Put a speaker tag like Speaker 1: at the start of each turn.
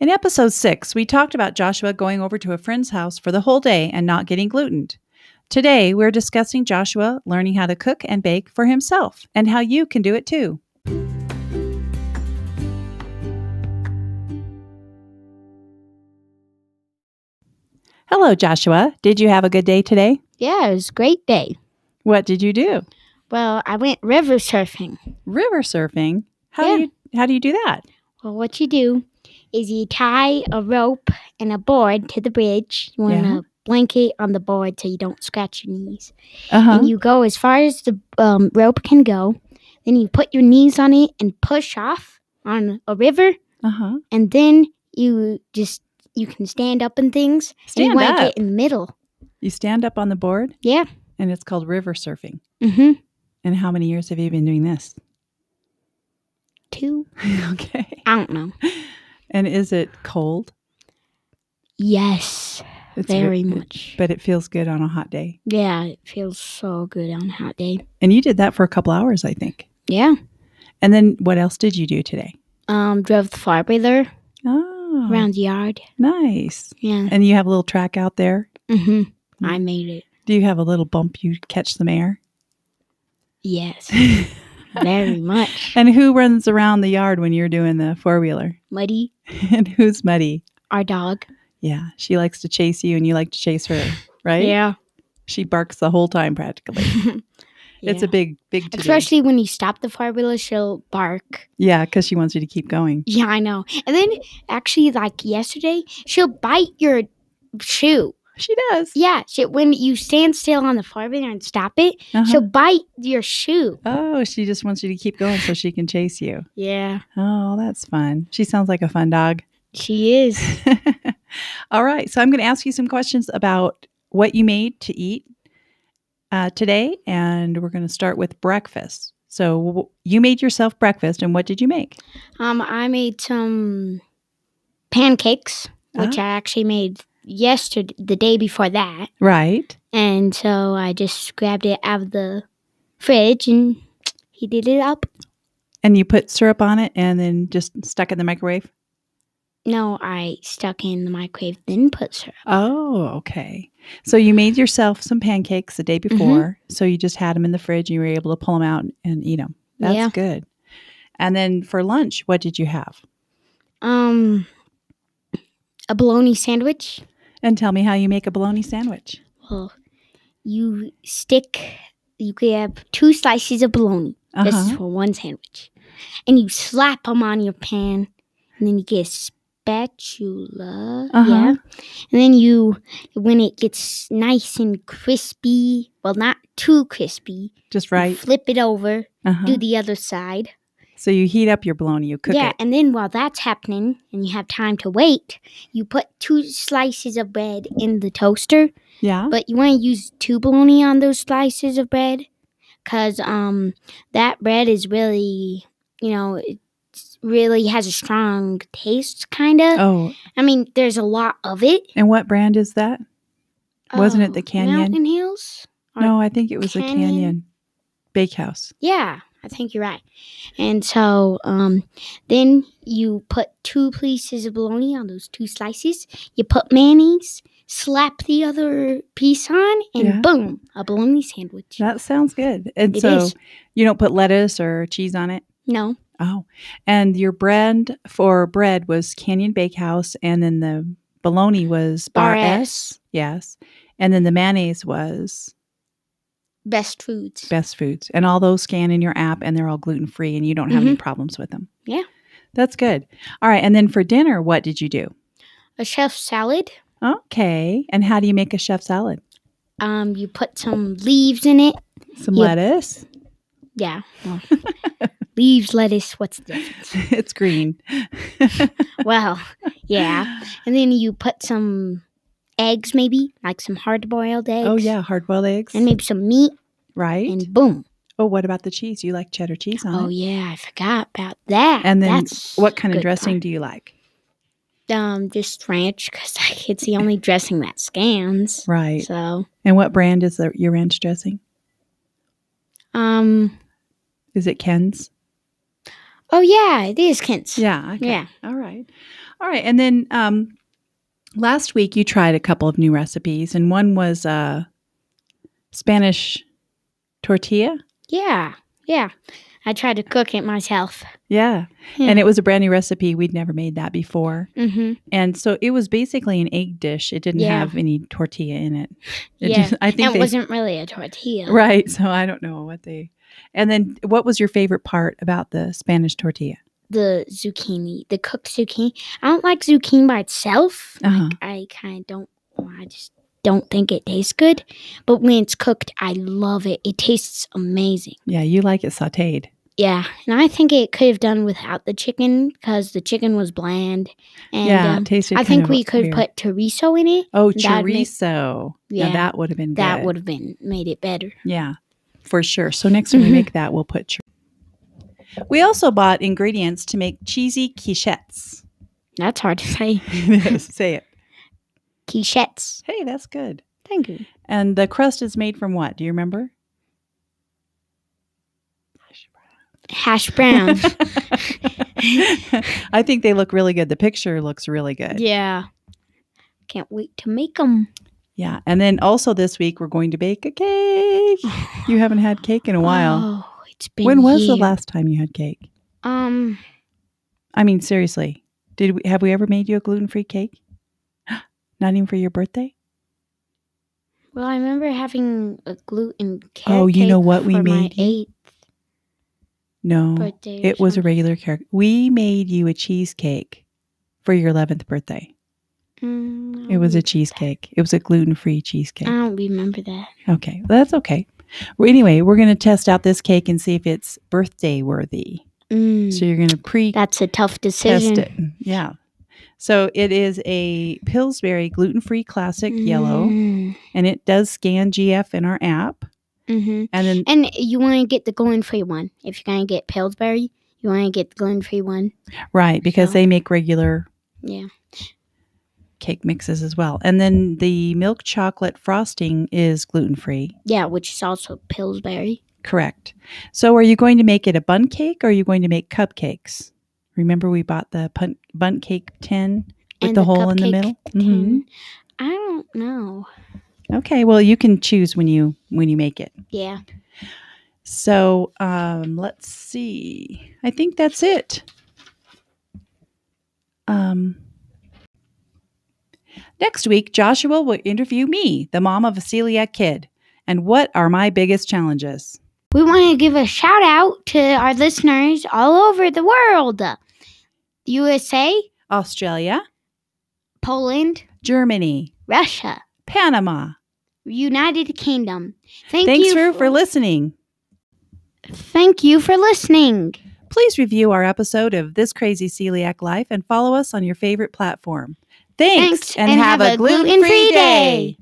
Speaker 1: In episode 6, we talked about Joshua going over to a friend's house for the whole day and not getting glutened. Today, we're discussing Joshua learning how to cook and bake for himself and how you can do it too. Hello, Joshua. Did you have a good day today?
Speaker 2: Yeah, it was a great day.
Speaker 1: What did you do?
Speaker 2: Well, I went river surfing.
Speaker 1: River surfing. How do
Speaker 2: Yeah.
Speaker 1: you how do you do that?
Speaker 2: Well, what you do is you tie a rope and a board to the bridge. You want
Speaker 1: Yeah.
Speaker 2: a blanket on the board so you don't scratch your knees.
Speaker 1: Uh-huh.
Speaker 2: And you go as far as the um, rope can go. Then you put your knees on it and push off on a river.
Speaker 1: Uh-huh.
Speaker 2: And then you just you can stand up and things. and you
Speaker 1: Stand
Speaker 2: want to
Speaker 1: up.
Speaker 2: get in the middle.
Speaker 1: You stand up on the board
Speaker 2: Yeah.
Speaker 1: and it's called river surfing.
Speaker 2: Mm-hmm.
Speaker 1: And how many years have you been doing this?
Speaker 2: Two.
Speaker 1: okay.
Speaker 2: I don't know.
Speaker 1: And is it cold?
Speaker 2: Yes,
Speaker 1: It's ve-
Speaker 2: very
Speaker 1: it-
Speaker 2: much.
Speaker 1: But it feels good on a hot day.
Speaker 2: Yeah, it feels so good on a hot day.
Speaker 1: And you did that for a couple hours, I think.
Speaker 2: Yeah.
Speaker 1: And then what else did you do today?
Speaker 2: Um, drove the fire breather
Speaker 1: Oh,
Speaker 2: around the yard.
Speaker 1: nice.
Speaker 2: Yeah.
Speaker 1: And you have a little track out there.
Speaker 2: hmm
Speaker 1: Mm.
Speaker 2: I made it.
Speaker 1: Do you have a little bump you catch some air?
Speaker 2: Yes. very much.
Speaker 1: and who runs around the yard when you're doing the four wheeler?
Speaker 2: Muddy,
Speaker 1: and who's muddy?
Speaker 2: our dog.
Speaker 1: Yeah, she likes to chase you and you like to chase her, right?
Speaker 2: Yeah.
Speaker 1: She barks the whole time practically. It's a big, big to
Speaker 2: Especially when you stop the fire breather, she'll bark.
Speaker 1: Yeah, because she wants you to keep going.
Speaker 2: Yeah, I know. And then actually, like yesterday, she'll bite your shoe.
Speaker 1: She does.
Speaker 2: Yeah, she, when you stand still on the fire breather and stop it,
Speaker 1: Uh-huh.
Speaker 2: she'll bite your shoe.
Speaker 1: Oh, she just wants you to keep going so she can chase you.
Speaker 2: Yeah,
Speaker 1: Oh, that's fun. She sounds like a fun dog.
Speaker 2: she is.
Speaker 1: All right. So I'm going to ask you some questions about what you made to eat uh, today. And we're going to start with breakfast. So w- you made yourself breakfast. And what did you make?
Speaker 2: Um, I made some pancakes, which I actually made yesterday, the day before that.
Speaker 1: Right.
Speaker 2: And so I just grabbed it out of the fridge and heated it up.
Speaker 1: And you put syrup on it and then just stuck it in the microwave.
Speaker 2: No, I stuck it in the microwave, then put syrup.
Speaker 1: Oh, okay. So you made yourself some pancakes the day
Speaker 2: Mm-hmm.
Speaker 1: before. So you just had them in the fridge and you were able to pull them out and eat them. That's
Speaker 2: Yeah.
Speaker 1: good. And then for lunch, what did you have?
Speaker 2: Um, a bologna sandwich.
Speaker 1: And tell me how you make a bologna sandwich.
Speaker 2: Well, you stick, you grab two slices of bologna. This is
Speaker 1: Uh-huh.
Speaker 2: for one sandwich. And you slap them on your pan. And then you get a spatula.
Speaker 1: Uh-huh.
Speaker 2: Yeah. And then you, when it gets nice and crispy, well, not too crispy,
Speaker 1: Just
Speaker 2: you
Speaker 1: right.
Speaker 2: flip it over,
Speaker 1: Uh-huh.
Speaker 2: do the other side.
Speaker 1: So you heat up your bologna, you cook
Speaker 2: yeah.
Speaker 1: it.
Speaker 2: And then while that's happening and you have time to wait, you put two slices of bread in the toaster.
Speaker 1: Yeah.
Speaker 2: But you want to use two bologna on those slices of bread, cause um that bread is really you know it's really has a strong taste, kinda.
Speaker 1: Oh,
Speaker 2: I mean, there's a lot of it.
Speaker 1: and what brand is that? Wasn't it the
Speaker 2: Oh,
Speaker 1: Canyon?
Speaker 2: Mountain Hills? Or-
Speaker 1: No, I think it was a
Speaker 2: Canyon.
Speaker 1: Canyon Bakehouse.
Speaker 2: Yeah, I think you're right. And so um then you put two pieces of bologna on those two slices. You put mayonnaise. Slap the other piece on, and
Speaker 1: Yeah.
Speaker 2: boom, a bologna sandwich.
Speaker 1: That sounds good. And
Speaker 2: It
Speaker 1: so
Speaker 2: is.
Speaker 1: you don't put lettuce or cheese on it?
Speaker 2: No,
Speaker 1: Oh, and your brand for bread was Canyon Bakehouse, and then the bologna was Bar
Speaker 2: Bar
Speaker 1: S. Yes. And then the mayonnaise was
Speaker 2: best foods.
Speaker 1: Best Foods. And all those scan in your app and they're all gluten free and you don't have any problems with them.
Speaker 2: Mm-hmm. Yeah.
Speaker 1: That's good. All right. And then for dinner, what did you do?
Speaker 2: a chef salad.
Speaker 1: Okay. And how do you make a chef salad?
Speaker 2: Um, you put some leaves in it.
Speaker 1: Some
Speaker 2: Yeah.
Speaker 1: lettuce.
Speaker 2: Yeah. well, leaves, lettuce, what's the difference?
Speaker 1: it's green.
Speaker 2: Well, yeah. And then you put some eggs, maybe, like some hard boiled eggs.
Speaker 1: Oh, yeah. Hard boiled eggs.
Speaker 2: And maybe some meat,
Speaker 1: right.
Speaker 2: and boom.
Speaker 1: oh, what about the cheese? You like cheddar cheese on
Speaker 2: Oh,
Speaker 1: it?
Speaker 2: yeah, I forgot about that.
Speaker 1: And then
Speaker 2: That's
Speaker 1: what kind of
Speaker 2: good
Speaker 1: dressing do you like?
Speaker 2: part. Um, just ranch, because it's the only dressing that scans.
Speaker 1: Right.
Speaker 2: So,
Speaker 1: And what brand is the, your ranch dressing?
Speaker 2: um,
Speaker 1: Is it Ken's?
Speaker 2: Oh yeah, it is Kent's.
Speaker 1: Yeah. Okay.
Speaker 2: Yeah.
Speaker 1: All right. All right. And then um, last week you tried a couple of new recipes, and one was uh, Spanish tortilla.
Speaker 2: Yeah. Yeah. I tried to cook it myself.
Speaker 1: Yeah.
Speaker 2: Yeah.
Speaker 1: And it was a brand new recipe. We'd never made that before.
Speaker 2: Mm-hmm.
Speaker 1: And so it was basically an egg dish. It didn't
Speaker 2: Yeah.
Speaker 1: have any tortilla in it. it
Speaker 2: Yeah.
Speaker 1: just- I think
Speaker 2: And it
Speaker 1: they,
Speaker 2: wasn't really a tortilla.
Speaker 1: right. So I don't know what they. And then what was your favorite part about the Spanish tortilla?
Speaker 2: The zucchini, the cooked zucchini. I don't like zucchini by itself.
Speaker 1: Uh-huh.
Speaker 2: I kind of don't. well, I just don't think it tastes good. But when it's cooked, I love it. It tastes amazing.
Speaker 1: Yeah, you like it sautéed.
Speaker 2: Yeah, and I think it could have done without the chicken because the chicken was bland. And
Speaker 1: yeah,
Speaker 2: um,
Speaker 1: it tasted.
Speaker 2: I
Speaker 1: kind
Speaker 2: think
Speaker 1: of
Speaker 2: we could
Speaker 1: weird.
Speaker 2: put chorizo in it.
Speaker 1: Oh,
Speaker 2: That'd make-
Speaker 1: chorizo. Yeah,
Speaker 2: Yeah.
Speaker 1: that would have been good.
Speaker 2: That would have been made it better.
Speaker 1: Yeah, for sure. So next time we
Speaker 2: Mhm.
Speaker 1: make that, we'll put. Chor- we also bought ingredients to make cheesy quichettes.
Speaker 2: That's hard to say.
Speaker 1: Say it.
Speaker 2: Quichettes.
Speaker 1: Hey, that's good.
Speaker 2: Thank you.
Speaker 1: And the crust is made from what? Do you remember?
Speaker 2: Hash browns.
Speaker 1: I think they look really good. The picture looks really good.
Speaker 2: yeah. Can't wait to make them.
Speaker 1: Yeah. And then also this week, we're going to bake a cake. You haven't had cake in a while.
Speaker 2: Oh, it's been.
Speaker 1: when was the
Speaker 2: years.
Speaker 1: last time you had cake?
Speaker 2: Um,
Speaker 1: I mean, seriously, did we have we ever made you a gluten free cake? Not even for your birthday?
Speaker 2: well, I remember having a gluten cake.
Speaker 1: Oh, you know what we
Speaker 2: for my
Speaker 1: made you?
Speaker 2: eighth
Speaker 1: No,
Speaker 2: birthday. or
Speaker 1: it was a
Speaker 2: something.
Speaker 1: regular cake. We made you a cheesecake for your eleventh birthday.
Speaker 2: Mm, I
Speaker 1: It was a
Speaker 2: don't-
Speaker 1: cheesecake. It was a gluten free cheesecake.
Speaker 2: I don't remember that.
Speaker 1: Okay, well, that's okay. Well, anyway, we're gonna test out this cake and see if it's birthday worthy.
Speaker 2: Mm,
Speaker 1: So you're gonna pre
Speaker 2: that's a tough
Speaker 1: test
Speaker 2: decision.
Speaker 1: it. Yeah. So it is a Pillsbury gluten free classic
Speaker 2: Mm.
Speaker 1: yellow, and it does scan GF in our app.
Speaker 2: Mm-hmm.
Speaker 1: And then
Speaker 2: And you want to get the gluten free one. If you're going to get Pillsbury, you want to get the gluten free one.
Speaker 1: Right, because
Speaker 2: So-
Speaker 1: they make regular
Speaker 2: Yeah.
Speaker 1: cake mixes as well. And then the milk chocolate frosting is gluten free.
Speaker 2: Yeah, which is also Pillsbury.
Speaker 1: Correct. So are you going to make it a bun cake or are you going to make cupcakes? Remember we bought the pun- bun cake tin with
Speaker 2: And
Speaker 1: the, hole in the
Speaker 2: cupcake
Speaker 1: middle? Mm-hmm.
Speaker 2: tin. I don't know.
Speaker 1: Mhm. Okay, well you can choose when you when you make it.
Speaker 2: Yeah.
Speaker 1: So um, let's see. I think that's it. Um, next week, Joshua will interview me, the mom of a celiac kid, and what are my biggest challenges?
Speaker 2: We want to give a shout out to our listeners all over the world USA,
Speaker 1: Australia,
Speaker 2: Poland,
Speaker 1: Germany,
Speaker 2: Russia,
Speaker 1: Panama.
Speaker 2: United Kingdom. Thank
Speaker 1: Thanks
Speaker 2: you
Speaker 1: for, for listening.
Speaker 2: Thank you for listening.
Speaker 1: Please review our episode of This Crazy Celiac Life and follow us on your favorite platform. Thanks,
Speaker 2: Thanks, and have a gluten-free day.